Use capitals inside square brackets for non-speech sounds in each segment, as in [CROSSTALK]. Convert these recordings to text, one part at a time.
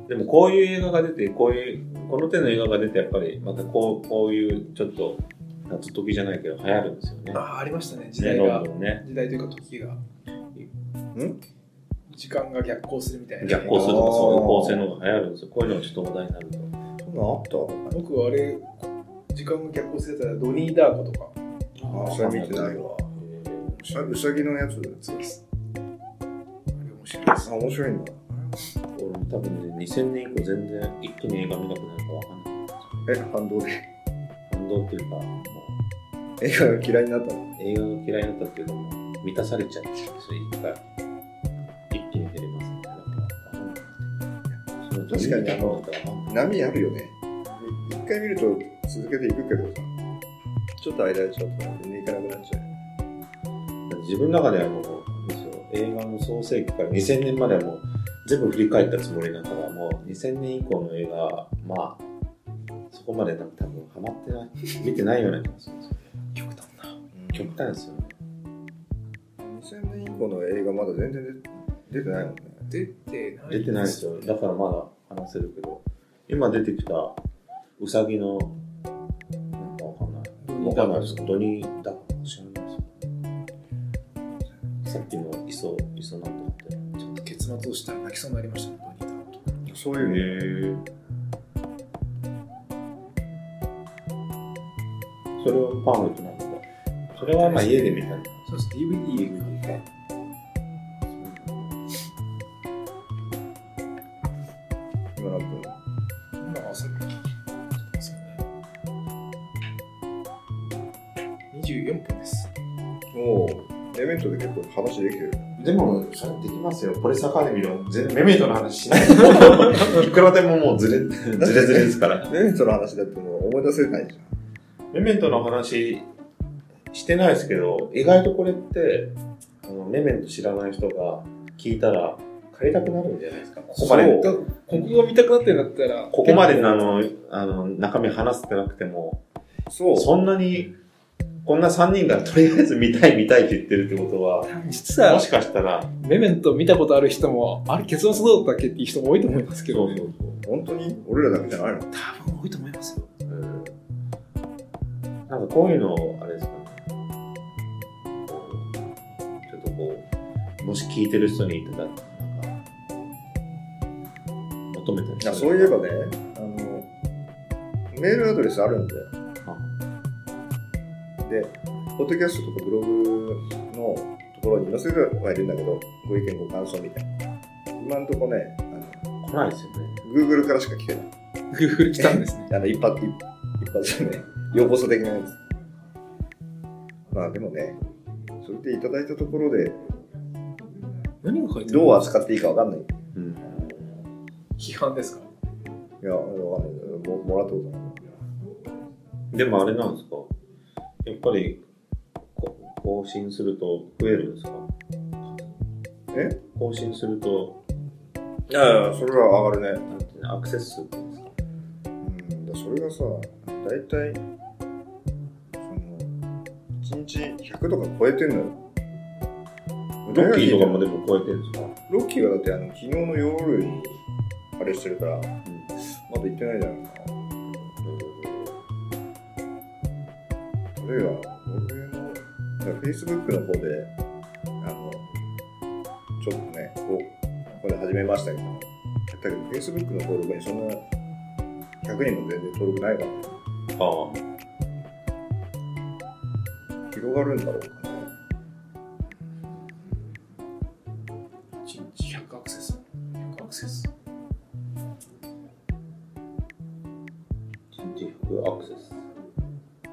でも、こういう映画が出て、こういう、この手の映画が出て、やっぱり、またこう、こういう、ちょっと、夏時じゃないけど、流行るんですよね。ああ、ありましたね。時ね、代ロがン、ドンね。時代というか時が、うん時間が逆行するみたいな。逆行するとか、そういう構成の方が流行るんですよ。こういうのがちょっと話題になると。そんなんあった僕はあれ、時間が逆行するやつはドニー・ダーコとか。あそれ見てないわうさうさぎのやつそうです。あれ面白いです。あ面白いんだ俺も多分ね、2000年以降全然一気に映画見なくなるかわかんなえい。反動で [LAUGHS] 反動っていうか、も映画が嫌いになったのう映画が嫌いになったっていうのも満たされちゃうんですよ、一回。一気に出れますね。だからわかんないその確かにあのどういう意味かわかんない波あるよね一回見ると続けていくけどさちょっと間空いちゃうと全然いかなくなっちゃう自分の中ではもう、あれですよ映画の創世期から2000年まではもう全部振り返ったつもりだから、もう2000年以降の映画は、まあ、そこまでなんか多分ハマってない、見てないような気がするんですよ。極端な。極端ですよね。 2000年以降の映画まだ全然出出てないもんね出てない。出てないですよ。だからまだ話せるけど、今出てきたウサギの、なんかわかんない。ドニわー・かダんーないでコですすドニーだから知らないですよ。さっきの磯、磯なんとかって。ちょっと結末をしたら泣きそうになりましたね、ドニー・ダーコとか。そうへいうえ。それをパンフレットなんだ。それはまあ家で見たんだ。そうです、DVD が。今なんかまあ、それですよね。24分です。もうメメントで結構話できてるでも、それできますよ。ポリスアカデミーの全メメイトの話しない。 [LAUGHS] いくらでももうずれ、ずれずれですから。メメントの話だってもう思い出せないじゃメメントの話してないですけど、意外とこれって、あのメメント知らない人が聞いたら借りたくなるんじゃないですか。ここまで、ここが見たくなってんだったら、ここまでのあの、あの、中身話せてなくても、んそそんなに、こんな3人がとりあえず見たい見たいって言ってるってことは、実はもしかしたら、メメント見たことある人も、あれ結論そうだったっけっていう人も多いと思いますけど、そうそうそう本当に俺らだけじゃないの多分多いと思いますよ。うんなんかこういうの、あれですかね。こうちょっとこう、もし聞いてる人にいただなんか、求めたりあそういえばねあのメールアドレスあるんだよでポッドキャストとかブログのところに載せてはいるんだけどご意見ご感想みたいな今んとこねあの来ないですよね。 Google からしか来てない Google 来たんですね。あの一発一一発じゃねようこそ的なやつまあでもねそれでいただいたところで何が書いてあるどう扱っていいかわかんないいうん。批判ですかやわかんないももらったことないでもあれなんですかやっぱり、こ更新すると増えるんですかえ更新すると、いやいやそれは上がるねなんていうのアクセス数っていうんですかうんだからそれがさ大体1日100とか超えてんのよ。ロッキーとかもでも超えてるんですかロッキーはだってあの昨日の夜にあれしてるから、まだ行ってないじゃないですか。それが、俺の、Facebook の方で、あの、ちょっとね、こう、これ始めましたけど、だけど Facebook の登録にそんな100人も全然登録ないから、ね、あ広がるんだろうかね。 1日100アクセス。100アクセス。あ、1日100アクセス。ま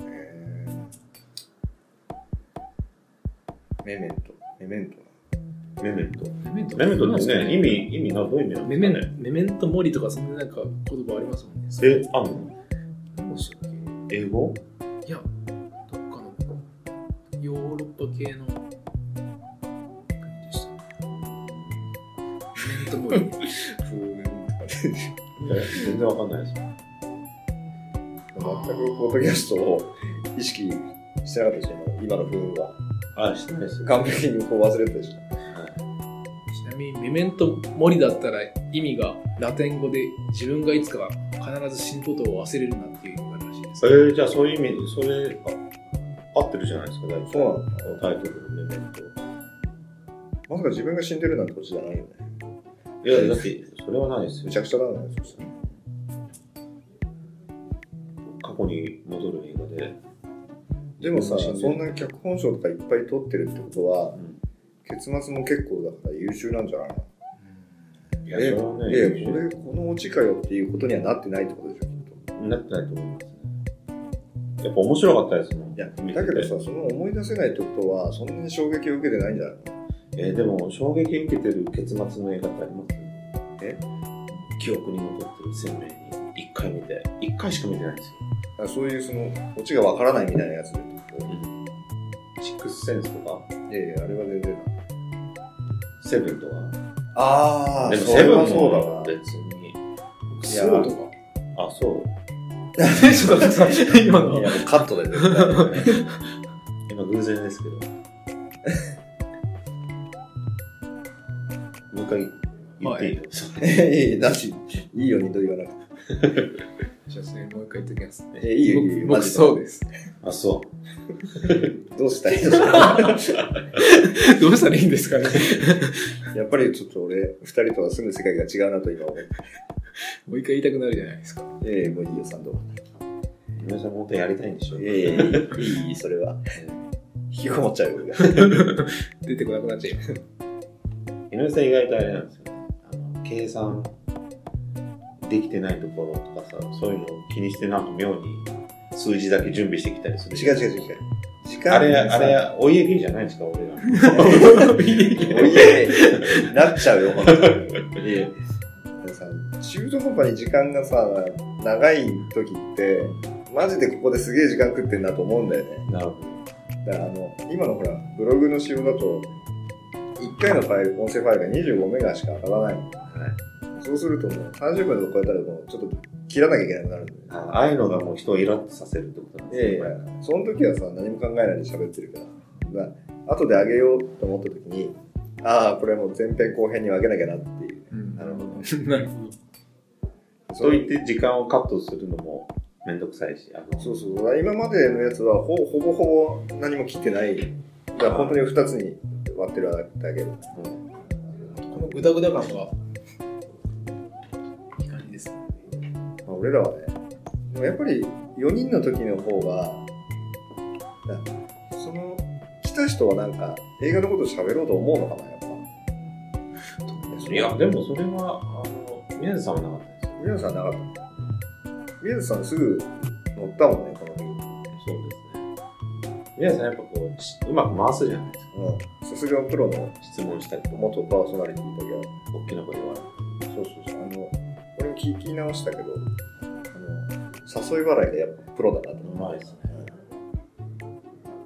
あね。メメント、メメント。メメント。メメントメメントってね、意味、意味な、どういう意味なんメですメンかね。メメントモリとか、そんななんか言葉ありますもんね。え、あんのどうしたっけ英語いや、どっかのヨーロッパ系の国でした。メメントモリ。風面とかね。え全然わかんないです。全くポッドキャストを意識してなかったし、今の風は。あ、してないです。完璧にこう忘れてたし。ちなみに、メメントモリだったら意味がラテン語で自分がいつか必ず死ぬことを忘れるなっていう意味があるらしいです。えー、じゃあそういう意味、それ、あ合ってるじゃないですか、大体。そうなのタイトルのメメント。まさか自分が死んでるなんてことじゃないよね。いや、だって、それはないですめよち。ゃくちゃだな、そしたら。過去に戻る映画で。でもさ、死でるそんな脚本賞とかいっぱい取ってるってことはう、ん結末も結構だから優秀なんじゃないのいや、そえれはね、え、これ、このオチかよっていうことにはなってないってことでしょ、きっと。なってないと思いますね。やっぱ面白かったですもん。いや、見ててだけどさ、その思い出せないってことは、そんなに衝撃を受けてないんじゃないのえーでも、衝撃受けてる結末の映画ってありますえ記憶に残ってる鮮明に。一回見て、一回しか見てないんですよ。あそういうその、オチがわからないみたいなやつでってこシックスセンスとか、と。いやいや、あれは全然。セブンとか。あでも、そセれブンはもそうだわ。別に。いやそうとか。あ、 [LAUGHS] そう。ちょっと待って今のい。や、もうカットで絶対。今偶然ですけどもう一回言っていいですか、ええ、だし、 [LAUGHS] いいよ、二度言わなく [LAUGHS] じゃあ、それもう一回言っておきます。て。えいいよ、いいよ、僕、そうです。 [LAUGHS] あそす。どうしたいどうしたらいいんですかね。やっぱりちょっと俺、二人とは住む世界が違うなと今思う。 [LAUGHS] もう一回言いたくなるじゃないですか。ええ、もういいよ、三度。う皆さん本当にやりたいんでしょええ、いい、それは。引きこもっちゃうよ、俺が。出てこなくなっちゃいます。井上さん意外とあれなんですよねあの計算できてないところとかさそういうのを気にしてなんか妙に数字だけ準備してきたりする違う違う違う違う。時間あれあれお家芸じゃないですか俺らお家芸 [LAUGHS] なっちゃうよ、ほんとに。いやさ中途半端に時間がさ、長い時って、マジでここですげえ時間食ってんなと思うんだよね。なるほだからあの、今のほら、ブログの仕様だと、1回のファイル、音声ファイルが25メガしか上がらない。ど、はい、そうするともう30分とか超えたらもうちょっと切らなきゃいけなくなるんだよね。あああいうのがもう人をイラッとさせるってことなんいですやいねやこれ、その時はさ、何も考えないで喋ってるから。だから後で上げようと思った時に、ああ、これもう前編後編に分けなきゃなっていう。うんなるほど。 [LAUGHS] なるほど。そう言って時間をカットするのもめんどくさいしあのそうそう。今までのやつはほほぼほぼ何も切ってない。だから本当に2つに割ってるだけだ。うんこのグダグダ感が、いい感じですね。まあ、俺らはね、でもやっぱり4人の時の方が、なその、来た人はなんか映画のこと喋ろうと思うのかな、やっぱ。いや、でもそれは、あの、宮根さんはなかったですよ。宮野さんなかった。宮野さんすぐ乗ったもんね、この日。そうですね。宮根さんやっぱこうし、うまく回すじゃないですか。うん。さすがプロの質問したりとか、元パーソナリティだけど、大きな声で笑そうそうそう、あの、俺も聞き直したけど、あの、誘い笑いがやっぱプロだなとう。思うう。まいですね。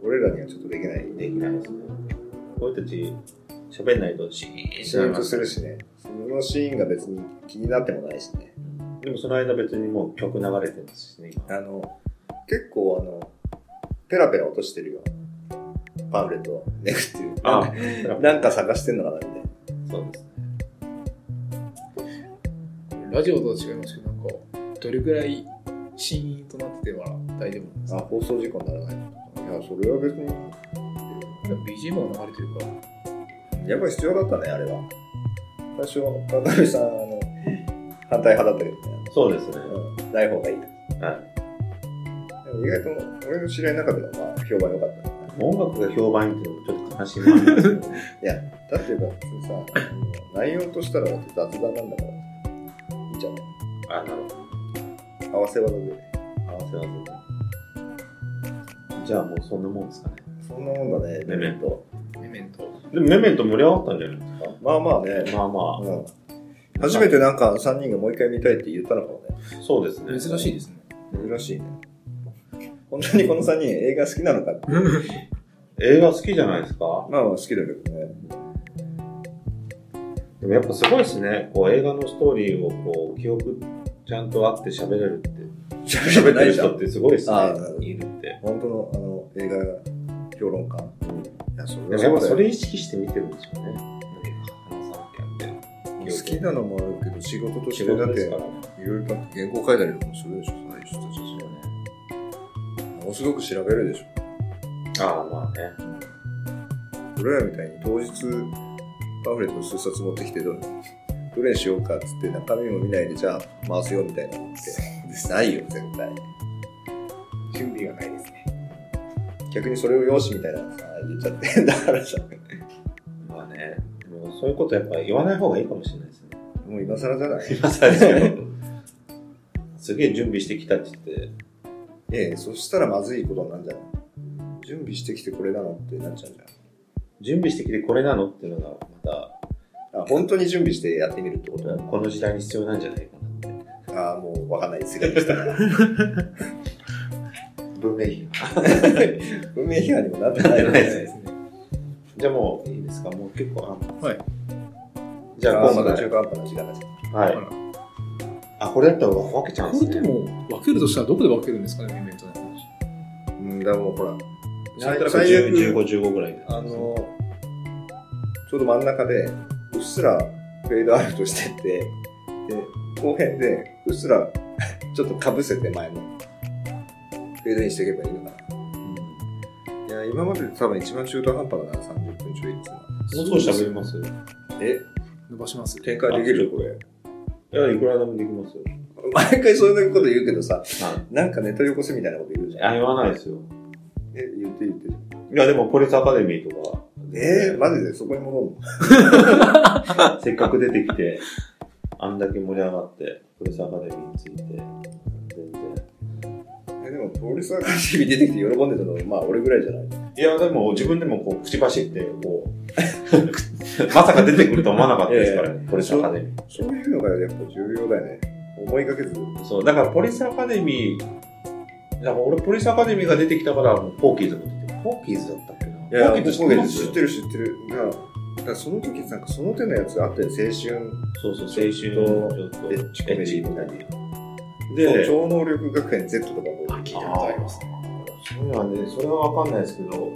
俺らにはちょっとできない。できないですね。こういう人たち、喋んないとシーンシしなーいンとするしね、そのシーンが別に気になってもないしね。でもその間別にもう曲流れてますしね、今。あの、結構あの、ペラペラ落としてるよ。パンフレットをめくってる。あなんか探してんのかなみたいな。そうですね。ラジオとは違いますけど、なんか、どれくらいシーンとなってては大丈夫なんですあ、か放送事故にならない。いや、それは別に。 ?BGM が流れてるから。やっぱり必要だったね、あれは。最初、渡辺さん、あの、反対派だったけどね。そうですね。うん、ない方がいいと。はい。でも意外と、俺の知り合いの中では、まあ、評判良かったね。音楽が評判いいっていうのもちょっと悲しいもんですけどだってば、普通さ、あの内容としたらだって雑談なんだから、いいじゃない。あ、なるほど。合わせ技で。合わせ合わせで。じゃあもうそんなもんですかね。そんなもんだね、メメント。メメ [LAUGHS] ント。でも、メメント盛り上がったんじゃないですまあまあね。か。まあまうん初めてなんか3人がもう一回見たいって言ったのかもあ、そうですね。珍しいですね。ね。珍しいね。本当にこの3人映画好きなのかって。映画好きじゃないですかまあまあ好きだけどね。でもやっぱすごいですね。こう映画のストーリーをこう記憶ちゃんとあって喋れるって。喋って喋れないるじゃ人っん。てすごいですねあー。いるって。本当のあの映画評論家。うんいや、そでもやっぱそれ意識して見てるんでしょうね。何か話さなきゃって。好きなのもあるけど、仕事とし仕て事だっでて、いすからろね。いろだって原稿書いたりとかもするでしょ、そういう人たちそうねものすごく調べるでしょ。ああ、まあね。俺らみたいに当日パンフレット数冊持ってきてどれどれにしようかっつって中身も見ないでじゃあ回すよみたいなのってないよ絶対 [LAUGHS] 準備がないですね。逆にそれを用紙みたいなのさ言っちゃってだからさまあね。でもそういうことやっぱ言わない方がいいかもしれないですね。もう今更じゃ [LAUGHS] ない今更ですけど。すげえ準備してきたって言って。ええそしたらまずいことになるんじゃない準備してきてこれなのってなっちゃうじ準備してきてこれなのっていうのがまゃんあ本当に準備してやってみるってことたこの時代に必要なんじゃないかなってああもうわかんない世界でしたから文明費文明批判にもなって [LAUGHS] なないってよないですねねじゃあもういいですかもう結構あはいじゃあああ今ま度だね中間半端な時間だしはいあこれだったら分けちゃうんこれでですねも、分けるとしたらどこで分けるんですかね、メメントの話。うんだからもうほらなんとなく1515ぐらいであの、ちょうど真ん中で、うっすらフェードアウトしてって、で、後編で、うっすらちょっとかぶせて前の、フェードインしていけばいいのかな。いや、今までで多分一番中途半端だな、30分ちょいっていうのは。もう少し喋りますいえ、伸ばします。展開できるこれ。やいくらでもできますよ毎回そういうこと言うけどさ、はなんかネタよこせみたいなこと言うじいゃん。あ言わないですよえ、言って言って。いやでもポリスアカデミーとかえー、マジでそこに戻るの [LAUGHS] せっかく出てきて、あんだけ盛り上がって、プレスアカデミーについて、全然。え、でも、プロレスアカデミー出てきて喜んでたの、まあ、俺ぐらいじゃない。いや、でも自分でもこう、口走って、こう、 [LAUGHS] まさか出てくると思わなかったですからね、ポリスアカデミそういうのがやっぱ重要だよね。思いがけずー。そう、だからポリスアカデミー、だから俺ポリスアカデミーが出てきたから、もうポーキーズも出てポーキーズだったっけないや、もポーうキーズ知ってる知知っっててるる知ってる。が、だからその時なんかその手のやつあったよ、青春そうそう、青春と、エッチコメディみたいな。で、超能力学園 Z とかも聞いたことありますね。そういうのはね、それはわかんないですけど、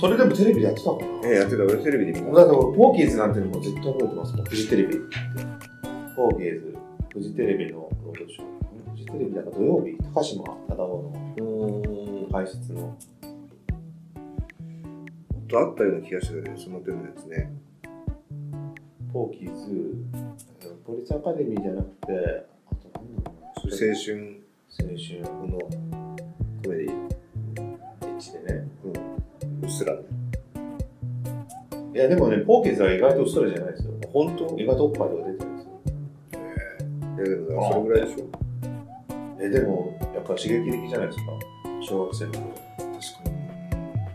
それでもテレビでやってたかなええやってた、俺テレビで見だた。って俺、ポーキーズなんてのも絶対覚えてますもん、フジテレビ。ポーキーズ、フジテレビのロードショー。フジテレビだから土曜日、高島忠夫の解説の。とあったような気がしてたね、その手のやつね。ポーキーズ、ポリスアカデミーじゃなくて、あと何だろう青な。春青春のコメディ、エッチでね。うっすらね。いや、でもね、ポーキーズは意外とうっすらじゃないですよ。本当意い外とおっぱいとか出てるんですよ。や、でもそれぐらいでしょ。え、でも、やっぱ刺激的じゃないですか。小学生の頃。確かに。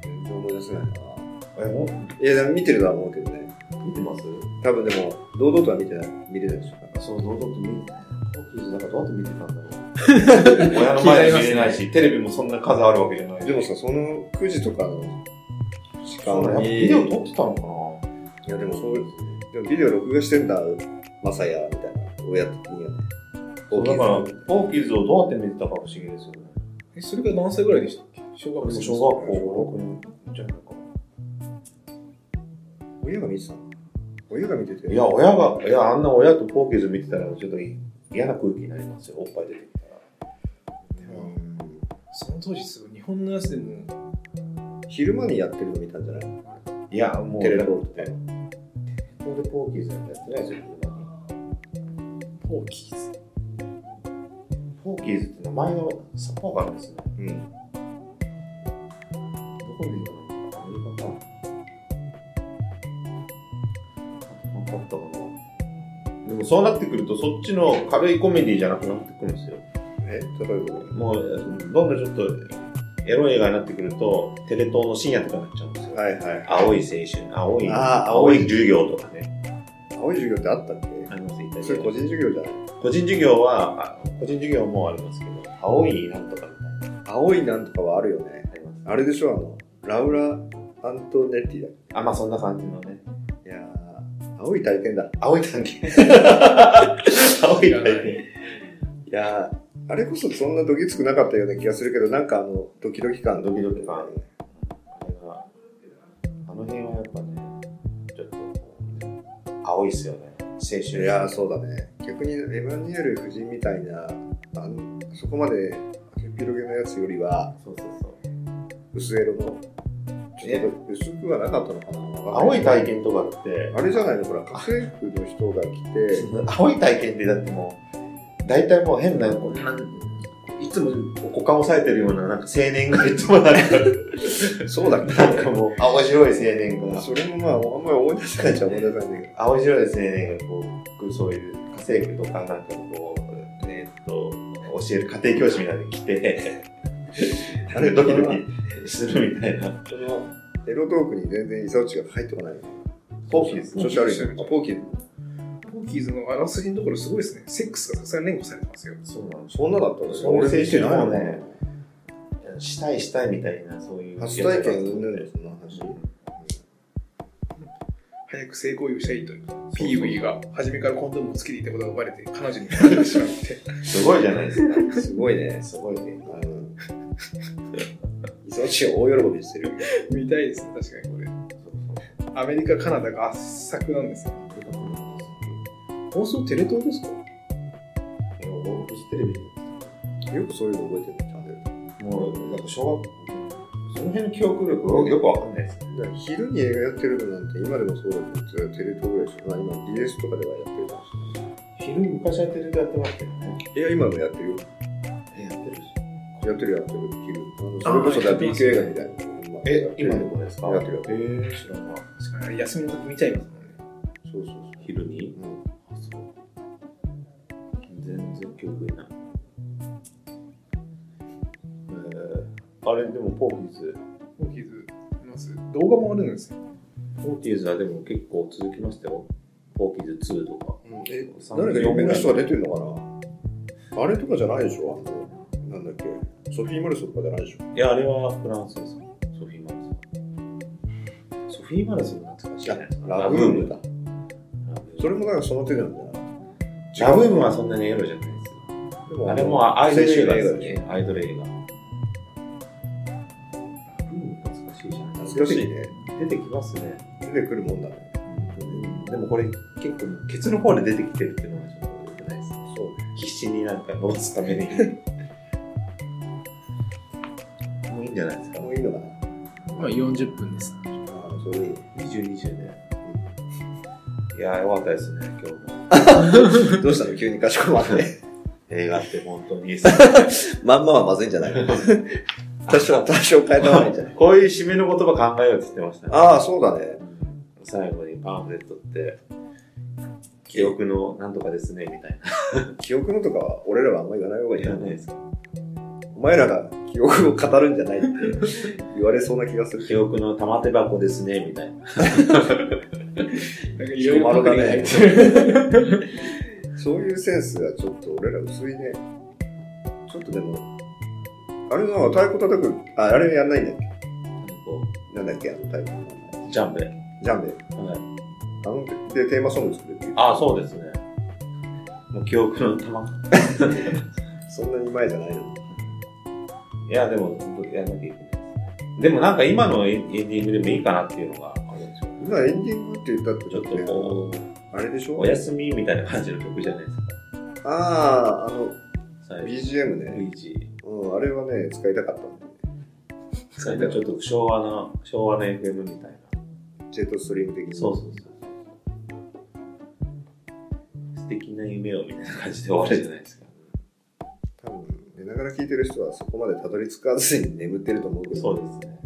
全然思い出せないな。え、ほんいや、でも見てるとは思うけどね。見てます多分でも、堂々とは見てない、見れないでしょ。そう、堂々と見てない。ポーキーズなんかどうやって見てたんだろう。親の前で見れないし、テレビもそんな数あるわけじゃないでもさ、その9時とかの時そう間に、ねビデオ撮ってたのかなやいでもそういう、でもビデオ録画してんだ、マサヤみたいな、親的にはね。そうだから大きい、ポーキーズをどうやって見てたか不思議ですよね。え、それが何歳ぐらいでしたっけ小学校、小学校5、6年じゃないか親が見てたの親が見てて。な。いや、親が、いや、あんな親とポーケーズ見てたら、ちょっと嫌な空気になりますよ、おっぱい出てきたら。うんその当時すごい日本のやつでも昼間にやってるの見たんじゃないいや、もう、テレ東ってテレ東でポーキーズなんてやってないですよ、ポーキーズポーキーズって名前がさっぱりわかんないですね。うん。どこで言うのかなアメリカかなわかったかなでもそうなってくると、そっちの軽いコメディじゃなくなってくるんですよ。え例えばもう、どんどんちょっと、エロい映画になってくると、テレ東の深夜とかになっちゃうんですよ。はいはい。青い青春、青い、あー青い授業とかね。青い授業ってあったっあります、イタリけアそれ個人授業じゃない個人授業は、あ個人授業もありますけど、青いなんとかみたいな。青いなんとかはあるよね。あります。あれでしょ、あの、ラウラ・アントネッティだっあ、まあそんな感じのね。け。いやー、青い体験だ。青い探検。 [LAUGHS] 青い探検。いやー、あれこそそんなドキつくなかったような気がするけど、なんかあの、ドキドキ感。ドキドキ感あれが、あの辺はやっぱね、ちょっとこう、青いっすよね。青い春。やー、そうだね。逆に、エヴァンジェル夫人みたいな、あの、そこまで、広げのやつよりは、そうそうそう。薄エロの、ちょっえと薄くはなかったのかなわかん青ない体験とかって、あれじゃないのほら、家政婦の人が来て、青い体験ってだってもう、大体もう変な、こんな、いつも股間押さえてるような、なんか青年がいつもなんか、 [LAUGHS] そうだっなんかもう、青白い青年がけ。それもまあ、あんまり思い出せないじゃ思い出せないんだけ青白いですね、こう、そういう家政婦とか、なんかこう、えーっと、教える家庭教師みたいなのに来て、あれドキドキするみたいな。ど、その、エロトークに全然イサオチが入ってこない。ポーキーズ。調子悪いじゃん。あ、ポーキーズ。ポーキーズのあの作品のところすごいですね。セックスがさすがに連呼されてますよ。そうなの。そんなだったのそういう青春なの俺ね。したいしたいみたいな、そういう。初体験うんぬんのそんな話。早く性行為をしたいという。ピーウィーが初めからコンドームをつけていたことがバレて、彼女にバレてしまって。すごいじゃないですか。 [LAUGHS] すごいね。すごいね。うん。イサオチが大喜びしてる。見たいですね、確かにこれ。そうそうアメリカ、カナダが圧作なんですよ。放送テレ東ですかいや俺フジテレビでよくそういうの覚えてるねちゃんともう、なんか小学校、その辺の記憶力よくわかんないですね。だから昼に映画やってるのなんて今でもそうだけど、ずっとテレ東ぐらいでしょ。まあ今 BS とかではやってるかもし昼昔はテレビでやってましたよね。れない。いや、今もやってるよ。え、やってるし。やってるやってる。昼。あのそれこそだ、BK 映画みたいな。え、今のことですかやってるやってえー、知らんわ。確かに休みの時見ちゃいますもんね。そうそうそう。昼にうんあ、そう。全然記憶にない。えー、あれ、でも、ポーキーズ。ポーキーズ、います動画もあるんですよ。ポーキーズはでも結構続きましたよ。ポーキーズ2とか。え三誰か有名な人が出てるのかなあれとかじゃないでしょあのなんだっけソフィー・マルソとかじゃないでしょいや、あれはフランスですよ。ソフィー・マルソン。ソフィー・マルソン懐かしいじゃないですか。ラブームだ。ラブームそれもなんかその手なんだよラブームはそんなにエロじゃないですでよ。もあれもアイドル映画です青春映ね。アイドル映画。懐かしいじゃない懐かしい。ね出てきますね。出てくるもんだねでもこれ結構、ケツの方で出てきてるっていうのがちょっと良くないですね。そう必死になんか伸ばすために。もういいんじゃないですか。もういいのかなまあ40分ですああそれいい20、20で。いやー、よかったですね、今日も。どうしたの急にかしこまって映画って本当に。まんまはまずいん [LAUGHS] じゃないの多少多少変えた方がいいんじゃないこういう締めの言葉考えようって言ってましたね。ああそうだね最後にパンフレットって、記憶のなんとかですね、みたいな。記憶のとかは俺らはあんま言わない方がいい言よわないねですかお前らが記憶を語るんじゃないって言われそうな気がする記憶の玉手箱ですね、みたいな。なんかいろい小ろ丸確だ認入ねってる。 [LAUGHS] そういうセンスはちょっと俺ら薄いね。ちょっとでも、あれの太鼓叩く、ああれやんないんだっけこなんだっけあの太鼓。うジャンベ。ジャンベ。はい、あの、で、テーマソング作るっていう。ああ、そうですね。もう記憶の玉。そんなに前じゃないの。いや、でも、本当やんなきゃいけない。でもなんか今のエンディングでもいいかなっていうのがあるんですよ。今エンディングって言ったってちょっとねこあれでしう、ょお休みみたいな感じの曲じゃないですか。ああ、あの、最後 BGM ルね。イージ。うん、あれはね、使いたかったんだよね。最後ちょっと昭和な、昭和の FM みたいな。ジェットストリーム的に。そうそうそう。素敵な夢をみたいな感じで終わるじゃないですか。多分、寝ながら聞いてる人はそこまでたどり着かずに眠ってると思うけど、そうですね。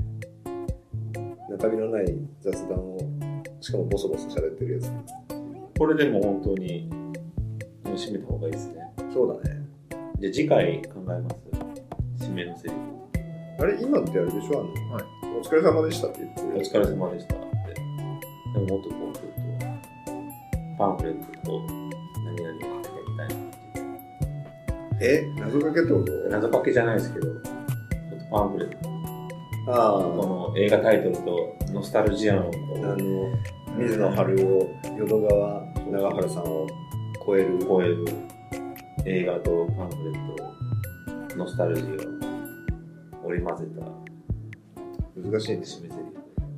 中身のない雑談を、しかもボソボソ喋ってるやつ。これでも本当に楽しめた方がいいですね。そうだね。じゃあ次回考えます。締めのセリフ。あれ、今ってあれでしょあの、はいお疲れ様でしたって言っておる。疲れ様でしたって。でももっとこう、ちょっと、パンフレットと何々をかけてみたいな。え、謎かけってこと謎かけじゃないですけど、ちょっとパンフレット、あこの映画タイトルとノスタルジアンをこあ、あうの、水野春を、淀川長春さんを超える。超える映画とパンフレット、ノスタルジアを織り交ぜた難しいね。締めセ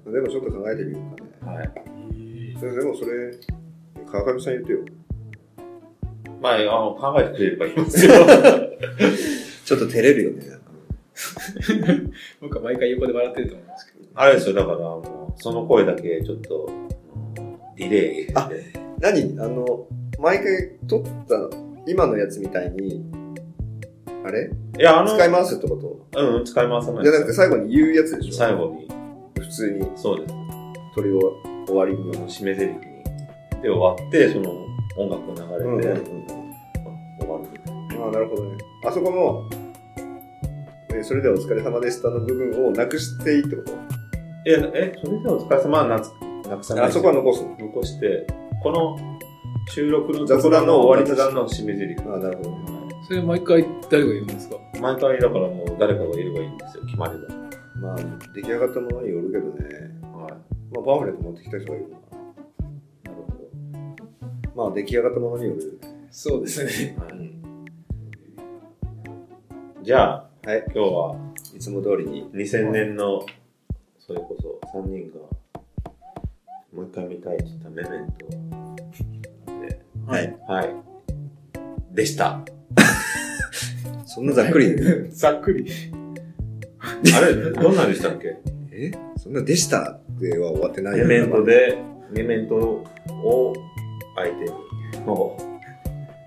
リでもちょっと考えてみようかね。フ。はい。 [LAUGHS] それでもそれ、川上さん言ってよ。まあ、あの考えてくれればいいですよ。ちょっと照れるよね。僕は毎回横で笑ってると思いますけど。あれですよ、だから、もうその声だけちょっと、うんディレイあで。何あの、毎回撮った、今のやつみたいに、あれいや、あの、使い回すってことうん、使い回さないじゃなくて最後に言うやつでしょ最後に、普通にそうです。撮り終わりに。締め台詞に。で、終わって、その、音楽うがん流うんうれて、ん終わるみたいな。ああ、なるほどね。あそこの、えそれではお疲れ様でしたの部分をなくしていいってことえ、え、それではお疲れ様はなつなくさない。あそこは残すの残して、この収録の雑雑談談の終の終わわりり雑雑談談の締め台詞。ああ、なるほどね。それ毎回誰が言うんですか毎回だからもう誰かがいればいいんですよ、決まれば。まあ、出来上がったものによるけどね。はい。まあ、パンフレット持ってきた人がいるのかなるほな。まあ、出来上がったものによるよね。そうですね。ど。はい。じゃあ、はい今日はいつも通りに。 2000年の、それこそ3人が、もう一回見たいって言ったメメント。はい。はい。でした。そんなざっくり、ざっくり。あれ、どんなんでしたっけえそんなでしたで [LAUGHS] は終わってないメよメント。で、メメントを相手に、も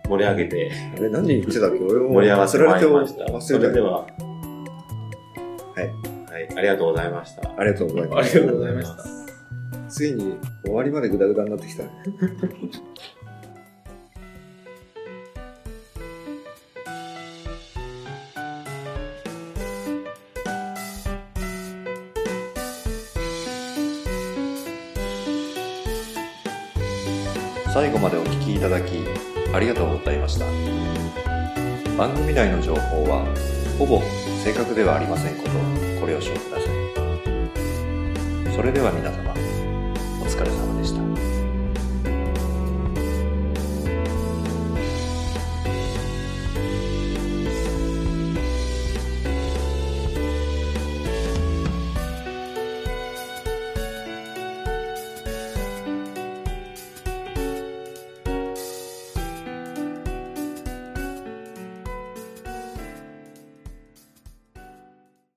う、盛り上げて、あれ、何言ってたっけ俺も盛り上がっ忘てれまられいてりもました。そ忘れれでては、はい。はい、ありがとうございました。ありがとうございあまりす。がとうございました。ついに終わりまでグダグダになってきたね。最後までお聞きいただきありがとうございました番組内の情報はほぼ正確ではありませんことご了承くださいそれでは皆様